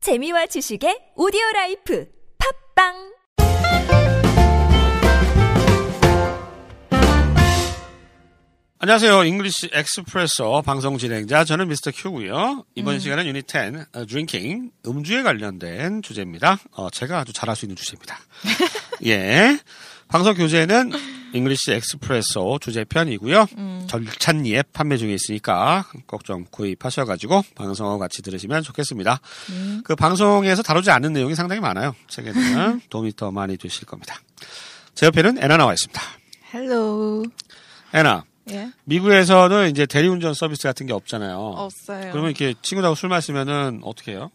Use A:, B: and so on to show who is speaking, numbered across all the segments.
A: 재미와 지식의 오디오 라이프 팝빵
B: 안녕하세요. 잉글리시 엑스프레소 방송 진행자 저는 미스터 큐고요. 이번 시간은 유닛 10 어, 드링킹 음주에 관련된 주제입니다. 어, 제가 아주 잘할 수 있는 주제입니다. 예. 방송 교재는 잉글리시 엑스프레소 주제편이고요. 절찬 예 판매 중에 있으니까 꼭 좀 구입하셔가지고 방송하고 같이 들으시면 좋겠습니다. 그 방송에서 다루지 않은 내용이 상당히 많아요. 책에는 도움이 더 많이 되실 겁니다. 제 옆에는 애나 나와 있습니다.
C: 헬로.
B: 애나.
C: 예.
B: 미국에서는 이제 대리운전 서비스 같은 게 없잖아요.
C: 없어요.
B: 그러면 이렇게 친구하고 술 마시면은 어떻게 해요?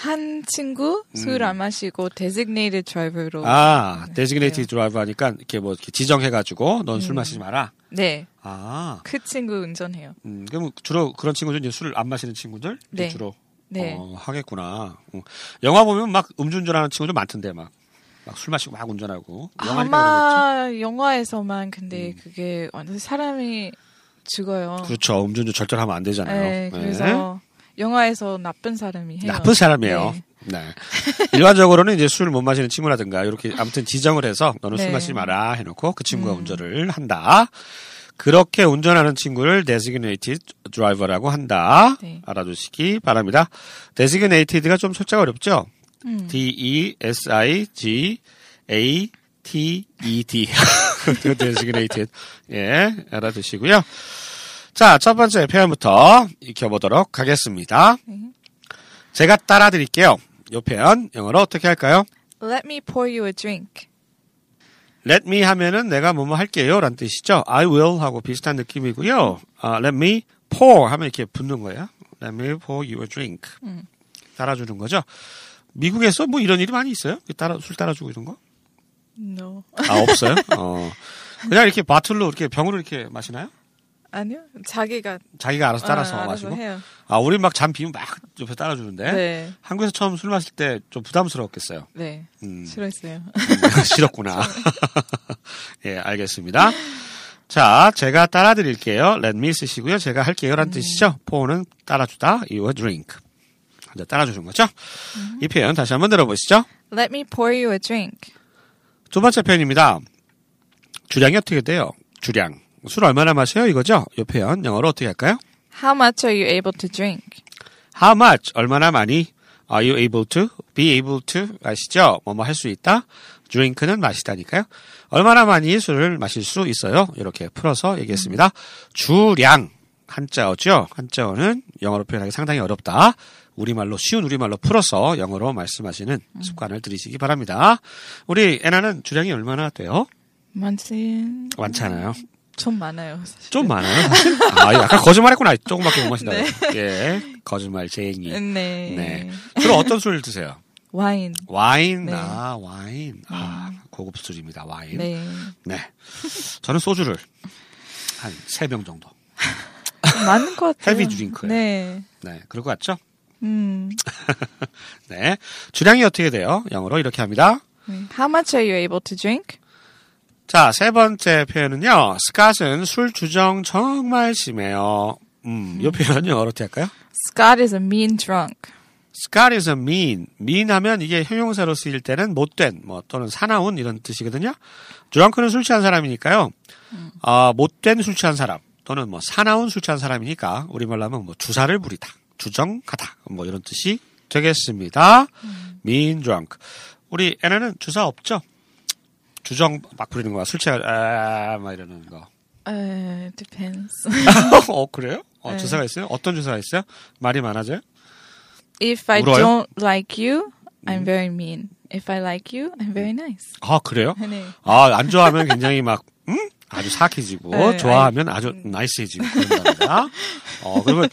C: 한 친구 술 안 마시고 designated driver로.
B: 음. 아, 데지그네이티 드라이브 하니까 이렇게 뭐 이렇게 지정해가지고 넌
C: 음.
B: 술 마시지 마라.
C: 네.
B: 아,
C: 그 친구 운전해요.
B: 음, 그럼 주로 그런 친구들 이제 술을 안 마시는 친구들 이제
C: 네.
B: 주로
C: 네.
B: 어, 하겠구나. 어. 영화 보면 막 음주운전하는 친구들 많던데 막. 막 술 마시고 막 운전하고 영화니까 음. 그런
C: 아마 영화에서만 근데 그게 완전 사람이 죽어요.
B: 거겠지? 그렇죠 음주운전 절대로 하면 안 되잖아요 네.
C: 네, 그래서 영화에서 나쁜 사람이 해요.
B: 나쁜 사람이에요.
C: 네.
B: 네. 일반적으로는 이제 술 못 마시는 친구라든가 이렇게 아무튼 지정을 해서 너는 술
C: 네. 음.
B: 마시지 마라 해놓고 그 친구가 운전을 한다. 그렇게 운전하는 친구를 designated driver라고 한다.
C: 네.
B: 알아두시기 바랍니다. designated가 좀 철자가 어렵죠? D E S I G A T E D designated 예 알아두시고요. 자, 첫 번째 표현부터 익혀보도록 하겠습니다. 제가 따라 드릴게요. 요 표현 영어로 어떻게 할까요?
C: Let me pour you a drink.
B: Let me 하면은 내가 뭐뭐 할게요 라는 뜻이죠. I will 하고 비슷한 느낌이고요. 아, let me pour 하면 이렇게 붓는 거예요. Let me pour you a drink.
C: 음.
B: 따라주는 거죠. 미국에서 뭐 이런 일이 많이 있어요? 따라, 술 따라주고 이런 거?
C: No.
B: 아, 없어요? 어. 그냥 이렇게 바틀로 이렇게 병으로 이렇게 마시나요?
C: 아니요. 자기가
B: 자기가 알아서 따라서
C: 아, 알아서
B: 마시고.
C: 해요.
B: 아, 우린 막 잠 비면 막 옆에 따라주는데.
C: 네.
B: 한국에서 처음 술 마실 때 좀 부담스러웠겠어요.
C: 네.
B: 음.
C: 싫어했어요.
B: 싫었구나. 예, 알겠습니다. 자, 제가 따라 드릴게요. Let me 쓰시고요. 제가 할게요. 라는 뜻이죠. 포는 따라주다. You a drink. 이제 따라주는 거죠. 이 표현 다시 한번 들어보시죠.
C: Let me pour you a drink.
B: 두 번째 표현입니다. 주량이 어떻게 돼요? 주량. 술 얼마나 마셔요? 이거죠? 이 표현 영어로 어떻게 할까요?
C: How much are you able to drink?
B: How much? 얼마나 많이? Are you able to? Be able to? 아시죠? 뭐뭐 할 수 있다? drink는 마시다니까요. 얼마나 많이 술을 마실 수 있어요? 이렇게 풀어서 얘기했습니다. 주량. 한자어죠? 한자어는 영어로 표현하기 상당히 어렵다. 우리말로, 쉬운 우리말로 풀어서 영어로 말씀하시는 습관을 들이시기 바랍니다. 우리 애나는 주량이 얼마나 돼요?
C: 많지
B: 많잖아요.
C: 좀 많아요. 사실.
B: 좀 많아요. 사실. 아, 약간 거짓말했구나. 조금밖에 못 마신다고. 예. 거짓말쟁이.
C: 네.
B: 네. 주로 어떤 술 드세요?
C: 와인.
B: 와인.
C: 네.
B: 아, 와인. 아, 고급 술입니다. 와인. 네.
C: 네.
B: 저는 소주를 한 세 병 정도.
C: 많은 것 같아요.
B: 헤비 드링크예요.
C: 네.
B: 네. 그럴 것 같죠?
C: 음.
B: 네. 주량이 어떻게 돼요? 영어로 이렇게 합니다.
C: 네. How much are you able to drink?
B: 자, 세 번째 표현은요. 스캇은 술 주정 정말 심해요. 음, 이 표현 영어로 어떻게 할까요?
C: Scott is a mean drunk.
B: Scott is a mean. mean 하면 이게 형용사로 쓰일 때는 못된, 뭐, 또는 사나운 이런 뜻이거든요. 드렁크는 술 취한 사람이니까요. 아, 못된 술 취한 사람, 또는 뭐, 사나운 술 취한 사람이니까, 우리말로 하면 뭐, 주사를 부리다, 주정하다, 뭐, 이런 뜻이 되겠습니다. mean drunk. 우리 애나는 주사 없죠? 주정 막 부리는 거야. 술 취한, 아, 막 이러는 거.
C: 에, depends.
B: 어, 그래요? 어,
C: 네.
B: 주사가 있어요? 어떤 주사가 있어요? 말이 많아져요?
C: If I
B: 울어요? 음.
C: don't like you, I'm very mean. If I like you, I'm very nice.
B: 아, 그래요?
C: 네.
B: 아, 안 좋아하면 굉장히 막, 음? 아주 사악해지고,
C: 네,
B: 좋아하면 아주 나이스해지고 그런답니다. 어, 그러면,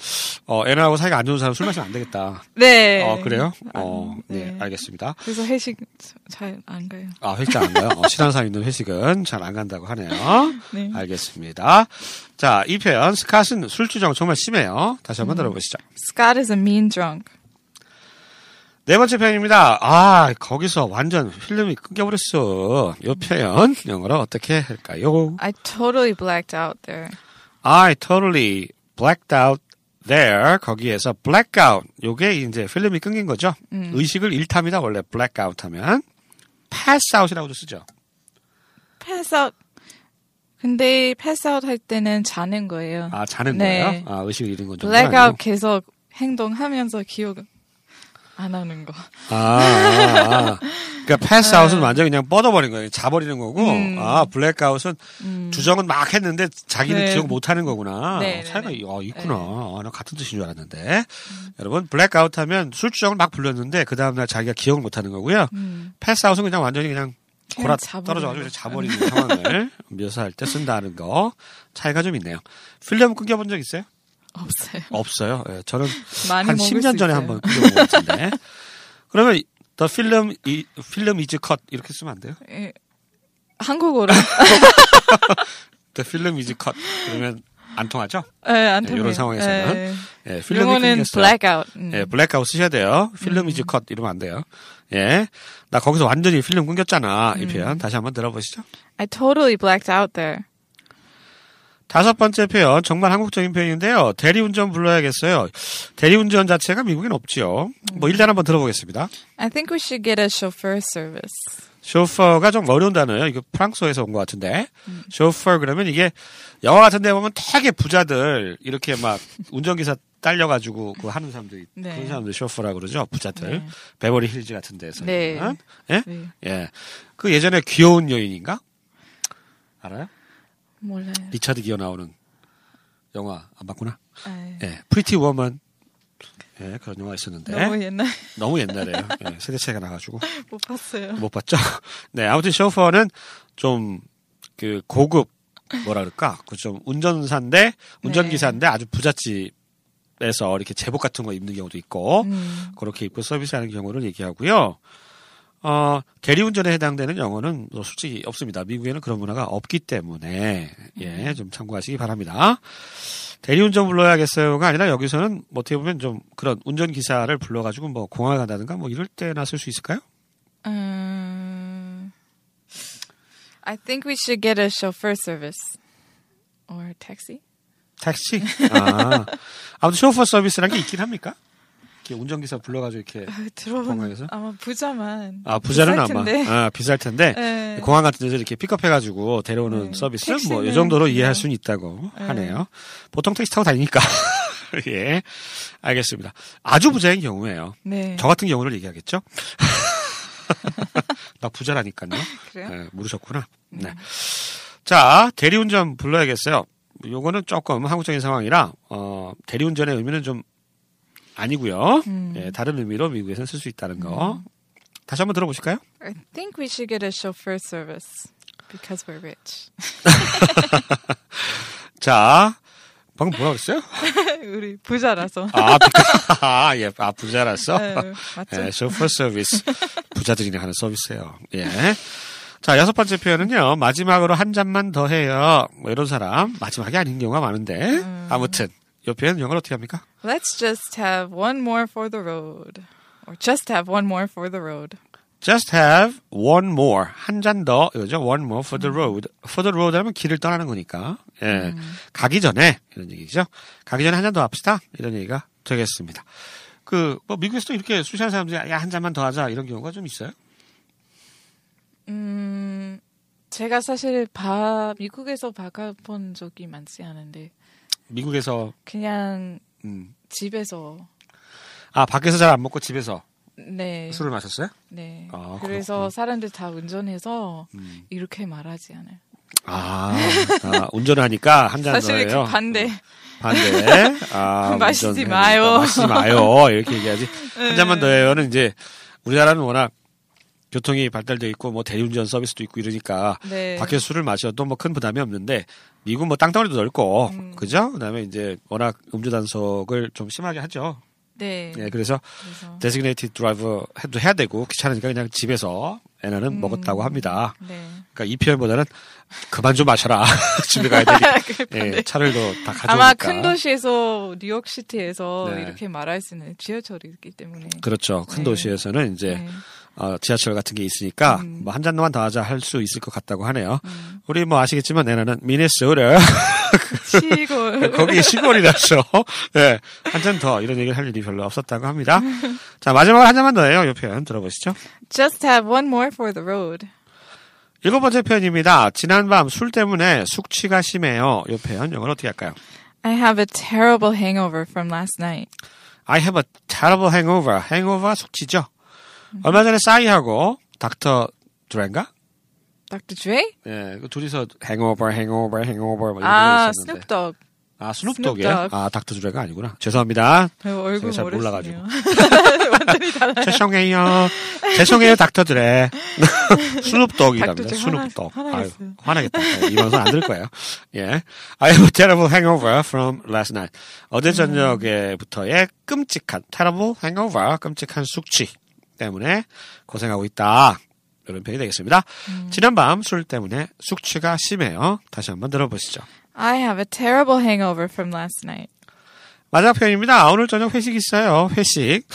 B: 어, 애나하고 사이가 안 좋은 사람 술 마시면 안 되겠다.
C: 네.
B: 어, 그래요? 어, 네,
C: 네.
B: 알겠습니다.
C: 그래서 회식 잘 안 가요.
B: 아, 회식 안 가요? 어, 친한 사람 있는 회식은 잘 안 간다고 하네요.
C: 네.
B: 알겠습니다. 자, 이 표현, 스캇은 술주정 정말 심해요. 다시
C: 음.
B: 한번 들어보시죠.
C: Scott is a mean drunk.
B: 네 번째 표현입니다. 아, 거기서 완전 필름이 끊겨버렸어. 이 표현, 영어로 어떻게 할까요?
C: I totally blacked out there.
B: I totally blacked out there 거기에서 blackout 요게 이제 필름이 끊긴 거죠. 의식을 잃답니다. 원래 blackout 하면 pass out이라고도 쓰죠.
C: 패스아웃. 근데 패스아웃 할 때는 자는 거예요.
B: 아 자는
C: 네.
B: 거예요. 아 의식을 잃은 건 정도는
C: 블랙아웃
B: 아니고.
C: 계속 행동하면서 기억 안 하는 거.
B: 아, 아, 아. 그러니까 pass out은 완전 히 그냥 뻗어버린 거예요. 자버리는 거고
C: 음.
B: 아 blackout은 주정은 막 했는데 자기는
C: 네.
B: 기억 못 하는 거구나.
C: 네,
B: 어, 차이가
C: 네, 음.
B: 이- 어, 있구나. 아, 나 같은 뜻인 줄 알았는데 여러분 blackout 하면 술 주정을 막 불렸는데 그 다음날 자기가 기억을 못 하는 거고요.
C: 음.
B: 패스아웃은 그냥 완전히 그냥
C: 그냥
B: 골아
C: 자버리는
B: 떨어져가지고
C: 거.
B: 자버리는 상황을 묘사할 때 쓴다는 거 차이가 좀 있네요. 필름 끊겨본 적 있어요?
C: 없어요.
B: 없어요. 예, 저는
C: 많이
B: 한
C: 먹을
B: 10년
C: 수
B: 전에
C: 있어요.
B: 한번 끊겨본 것 같은데. 그러면 더 필름 이 필름 이즈 컷 이렇게 쓰면 안 돼요?
C: 예. 한국어로.
B: 더 필름 이즈 컷 그러면 안 통하죠?
C: 예, 안
B: 예,
C: 통해요.
B: 이런 상황에서는. 예,
C: 예.
B: 필름이
C: 영어는 음.
B: 끊겼어요.
C: 블랙아웃. 음.
B: 예, 블랙아웃 쓰셔야 돼요. 필름 이즈 컷 이러면 안 돼요. 예, 나 거기서 완전히 필름 끊겼잖아
C: 음.
B: 이 표현 다시 한번 들어보시죠.
C: I totally blacked out there.
B: 다섯 번째 표현 정말 한국적인 표현인데요. 대리운전 불러야겠어요. 대리운전 자체가 미국엔 없지요.
C: 음.
B: 뭐 일단 한번 들어보겠습니다.
C: I think we should get a chauffeur service.
B: 쇼퍼가 좀 어려운 단어예요. 이거 프랑스어에서 온 것 같은데. 쇼퍼 그러면 이게 영화 같은 데 보면 되게 부자들 이렇게 막 운전기사 딸려가지고 그 하는 사람들이
C: 네.
B: 그런 사람들 쇼퍼라고 그러죠. 부자들.
C: 네.
B: 베버리 힐즈 같은 데서.
C: 네.
B: 보면. 예?
C: 네.
B: 예. 그 예전에 귀여운 여인인가? 알아요?
C: 몰라요.
B: 리차드 기어 나오는 영화 안 봤구나.
C: 아,
B: 예, 프리티 워먼. 예, 그런 영화 있었는데.
C: 너무 옛날
B: 너무 옛날에요. 예, 세대 차이가 나가지고.
C: 못 봤어요.
B: 못 봤죠? 네, 아무튼 쇼퍼는 좀, 그, 고급, 뭐라 그럴까? 그 좀 운전사인데, 운전기사인데 아주 부잣집에서 이렇게 제복 같은 거 입는 경우도 있고, 그렇게 입고 서비스하는 경우를 얘기하고요. 어, 대리운전에 해당되는 영어는 뭐 솔직히 없습니다. 미국에는 그런 문화가 없기 때문에, 예, 좀 참고하시기 바랍니다. 대리운전 불러야겠어요가 아니라 여기서는 뭐 어떻게 보면 좀 그런 운전기사를 불러가지고 뭐 공항에 간다든가 뭐 이럴 때나 쓸 수 있을까요?
C: 음, I think we should get a chauffeur service or a taxi.
B: 택시. 아. 아무튼 쇼퍼 서비스란 게 있긴 합니까? 이렇게 운전기사 불러가지고 이렇게.
C: 아, 들어본
B: 공항에서?
C: 아마 부자만.
B: 아 부자는
C: 비쌀
B: 아마
C: 텐데.
B: 아, 비쌀 텐데
C: 네.
B: 공항 같은 데서 이렇게 픽업해가지고 데려오는
C: 네.
B: 서비스 뭐
C: 택시는
B: 이 정도로
C: 그냥.
B: 이해할 수는 있다고 하네요. 보통 택시 타고 다니니까 예 알겠습니다. 아주 부자인 경우에요.
C: 네.
B: 저 같은 경우를 얘기하겠죠. 나 부자라니까요.
C: 그래요?
B: 예, 모르셨구나. 네. 자, 대리운전 불러야겠어요. 요거는 조금 한국적인 상황이라 어, 대리운전의 의미는 좀 아니고요.
C: 음.
B: 예, 다른 의미로 미국에서는 쓸 수 있다는 거. 다시 한번 들어보실까요?
C: I think we should get a chauffeur service because we're rich.
B: 자, 방금 뭐라 그랬어요?
C: 우리 부자라서.
B: 아, 부- 아, 예, 아 부자라서.
C: 네, 맞죠?
B: 예, 쇼퍼 서비스. 부자들이나 하는 서비스예요. 예. 자, 여섯 번째 표현은요. 마지막으로 한 잔만 더 해요. 뭐 이런 사람 마지막이 아닌 경우가 많은데.
C: 음.
B: 아무튼 이 표현 영어로 어떻게 합니까?
C: Let's just have one more for the road. Or just have one more for the road.
B: Just have one more. 한 잔 더. 이거죠. One more for
C: 음.
B: the road. For the road 하면 길을 떠나는 거니까. 예. 가기 전에 이런 얘기죠. 가기 전에 한 잔 더 합시다. 이런 얘기가 되겠습니다. 그 뭐 미국에서도 이렇게 수시하는 사람들이 야 한 잔만 더 하자 이런 경우가 좀 있어요.
C: 음, 제가 사실 바, 미국에서 박아본 적이 많지 않은데,
B: 미국에서
C: 그냥
B: 음.
C: 집에서,
B: 아 밖에서 잘 안 먹고 집에서
C: 네.
B: 술을 마셨어요?
C: 네.
B: 아,
C: 그래서
B: 그렇구나. 음.
C: 사람들 다 운전해서 이렇게 말하지 않아요.
B: 아, 아, 운전하니까 한 잔
C: 사실
B: 더예요.
C: 그 반대.
B: 반대. 아,
C: 마시지
B: 운전해.
C: 마요. 네.
B: 마시지 마요. 이렇게 얘기하지. 한 잔만 더해요는 이제 우리나라는 워낙 교통이 발달돼 있고 뭐 대리운전 서비스도 있고 이러니까
C: 네.
B: 밖에 서 술을 마셔도 뭐 큰 부담이 없는데 미국 뭐 땅덩어리도 넓고 그죠? 그다음에 이제 워낙 음주 단속을 좀 심하게 하죠.
C: 네.
B: 예, 그래서
C: 그래서
B: 데시그네이티드 드라이버 해도 해야 되고 귀찮으니까 그냥 집에서 애나는
C: 음.
B: 먹었다고 합니다.
C: 네.
B: 그러니까 이 표현보다는 그만 좀 마셔라. 집에 가야 되니까. 예, 차를 더 다 가져오니까.
C: 네. 아마 큰 도시에서 뉴욕 시티에서
B: 네.
C: 이렇게 말할 수 있는 지하철이 있기 때문에.
B: 그렇죠. 큰
C: 네.
B: 도시에서는 이제
C: 네. 음.
B: 어, 지하철 같은 게 있으니까 뭐 한 잔만 더 하자 할 수 있을 것 같다고 하네요. 우리 뭐 아시겠지만 내나는 미네소라
C: 시골.
B: 거기 시골이라서 예, 한 잔 더 이런 얘기를 할 일이 별로 없었다고 합니다. 자 마지막으로 한 잔만 더예요. 이 표현 들어보시죠.
C: Just have one more for the road.
B: 일곱 번째 표현입니다. 지난밤 술 때문에 숙취가 심해요. 이 표현 영어로 어떻게 할까요?
C: I have a terrible hangover from last night.
B: I have a terrible hangover. hangover 숙취죠. 얼마 전에 싸이하고 닥터 드랭가?
C: Dr. Dre?
B: 예, 그 둘이서 hangover, hangover, hangover 막 이런 노래
C: 아,
B: 있었는데.
C: Snoop Dogg.
B: 아,
C: 스눕
B: 스눕독이에요?
C: 덕.
B: 아, 닥터 드레가 아니구나. 죄송합니다.
C: 저그
B: 제가
C: 얼굴
B: 잘
C: 모르시네요.
B: 몰라가지고. 죄송해요. 죄송해요, 닥터 드레.
C: 닥터
B: 스눕독이랍니다.
C: 드레
B: 스눕독.
C: 화나-
B: 아유,
C: 화나겠어요.
B: 화나겠다. 예, 이 방송 안 들을 거예요. 예. I have a terrible hangover from last night. 어제
C: 음.
B: 저녁에부터의 끔찍한, terrible hangover, 끔찍한 숙취 때문에 고생하고 있다. 이런 표현이 되겠습니다.
C: 음.
B: 지난밤 술 때문에 숙취가 심해요. 다시 한번 들어보시죠.
C: I have a terrible hangover from last night.
B: 마지막 표현입니다. 오늘 저녁 회식 있어요. 회식.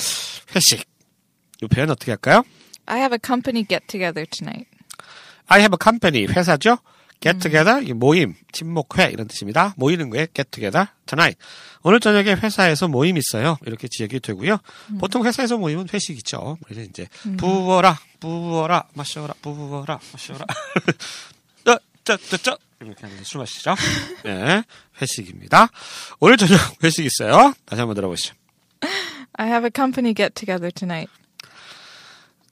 B: 회식. 이 표현 어떻게 할까요?
C: I have a company get together tonight.
B: I have a company. 회사죠? get together. 이게 모임. 친목회. 이런 뜻입니다. 모이는 거에 get together tonight. 오늘 저녁에 회사에서 모임 있어요. 이렇게 지적이 되고요. 보통 회사에서 모임은 회식이죠. 그래서 이제 부어라, 부어라, 마셔라, 부어라, 마셔라. 어, 짜, 짜, 짜, 짜. 이렇게 하면서 술 마시죠. 네. 회식입니다. 오늘 저녁 회식 있어요. 다시 한번 들어보시죠.
C: I have a company get together tonight.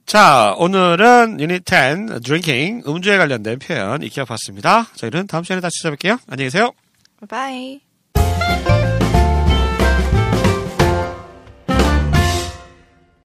B: 자, 오늘은 유닛 10, drinking, 음주에 관련된 표현 익혀봤습니다. 저희는 다음 시간에 다시 찾아뵐게요. 안녕히 계세요.
C: Bye.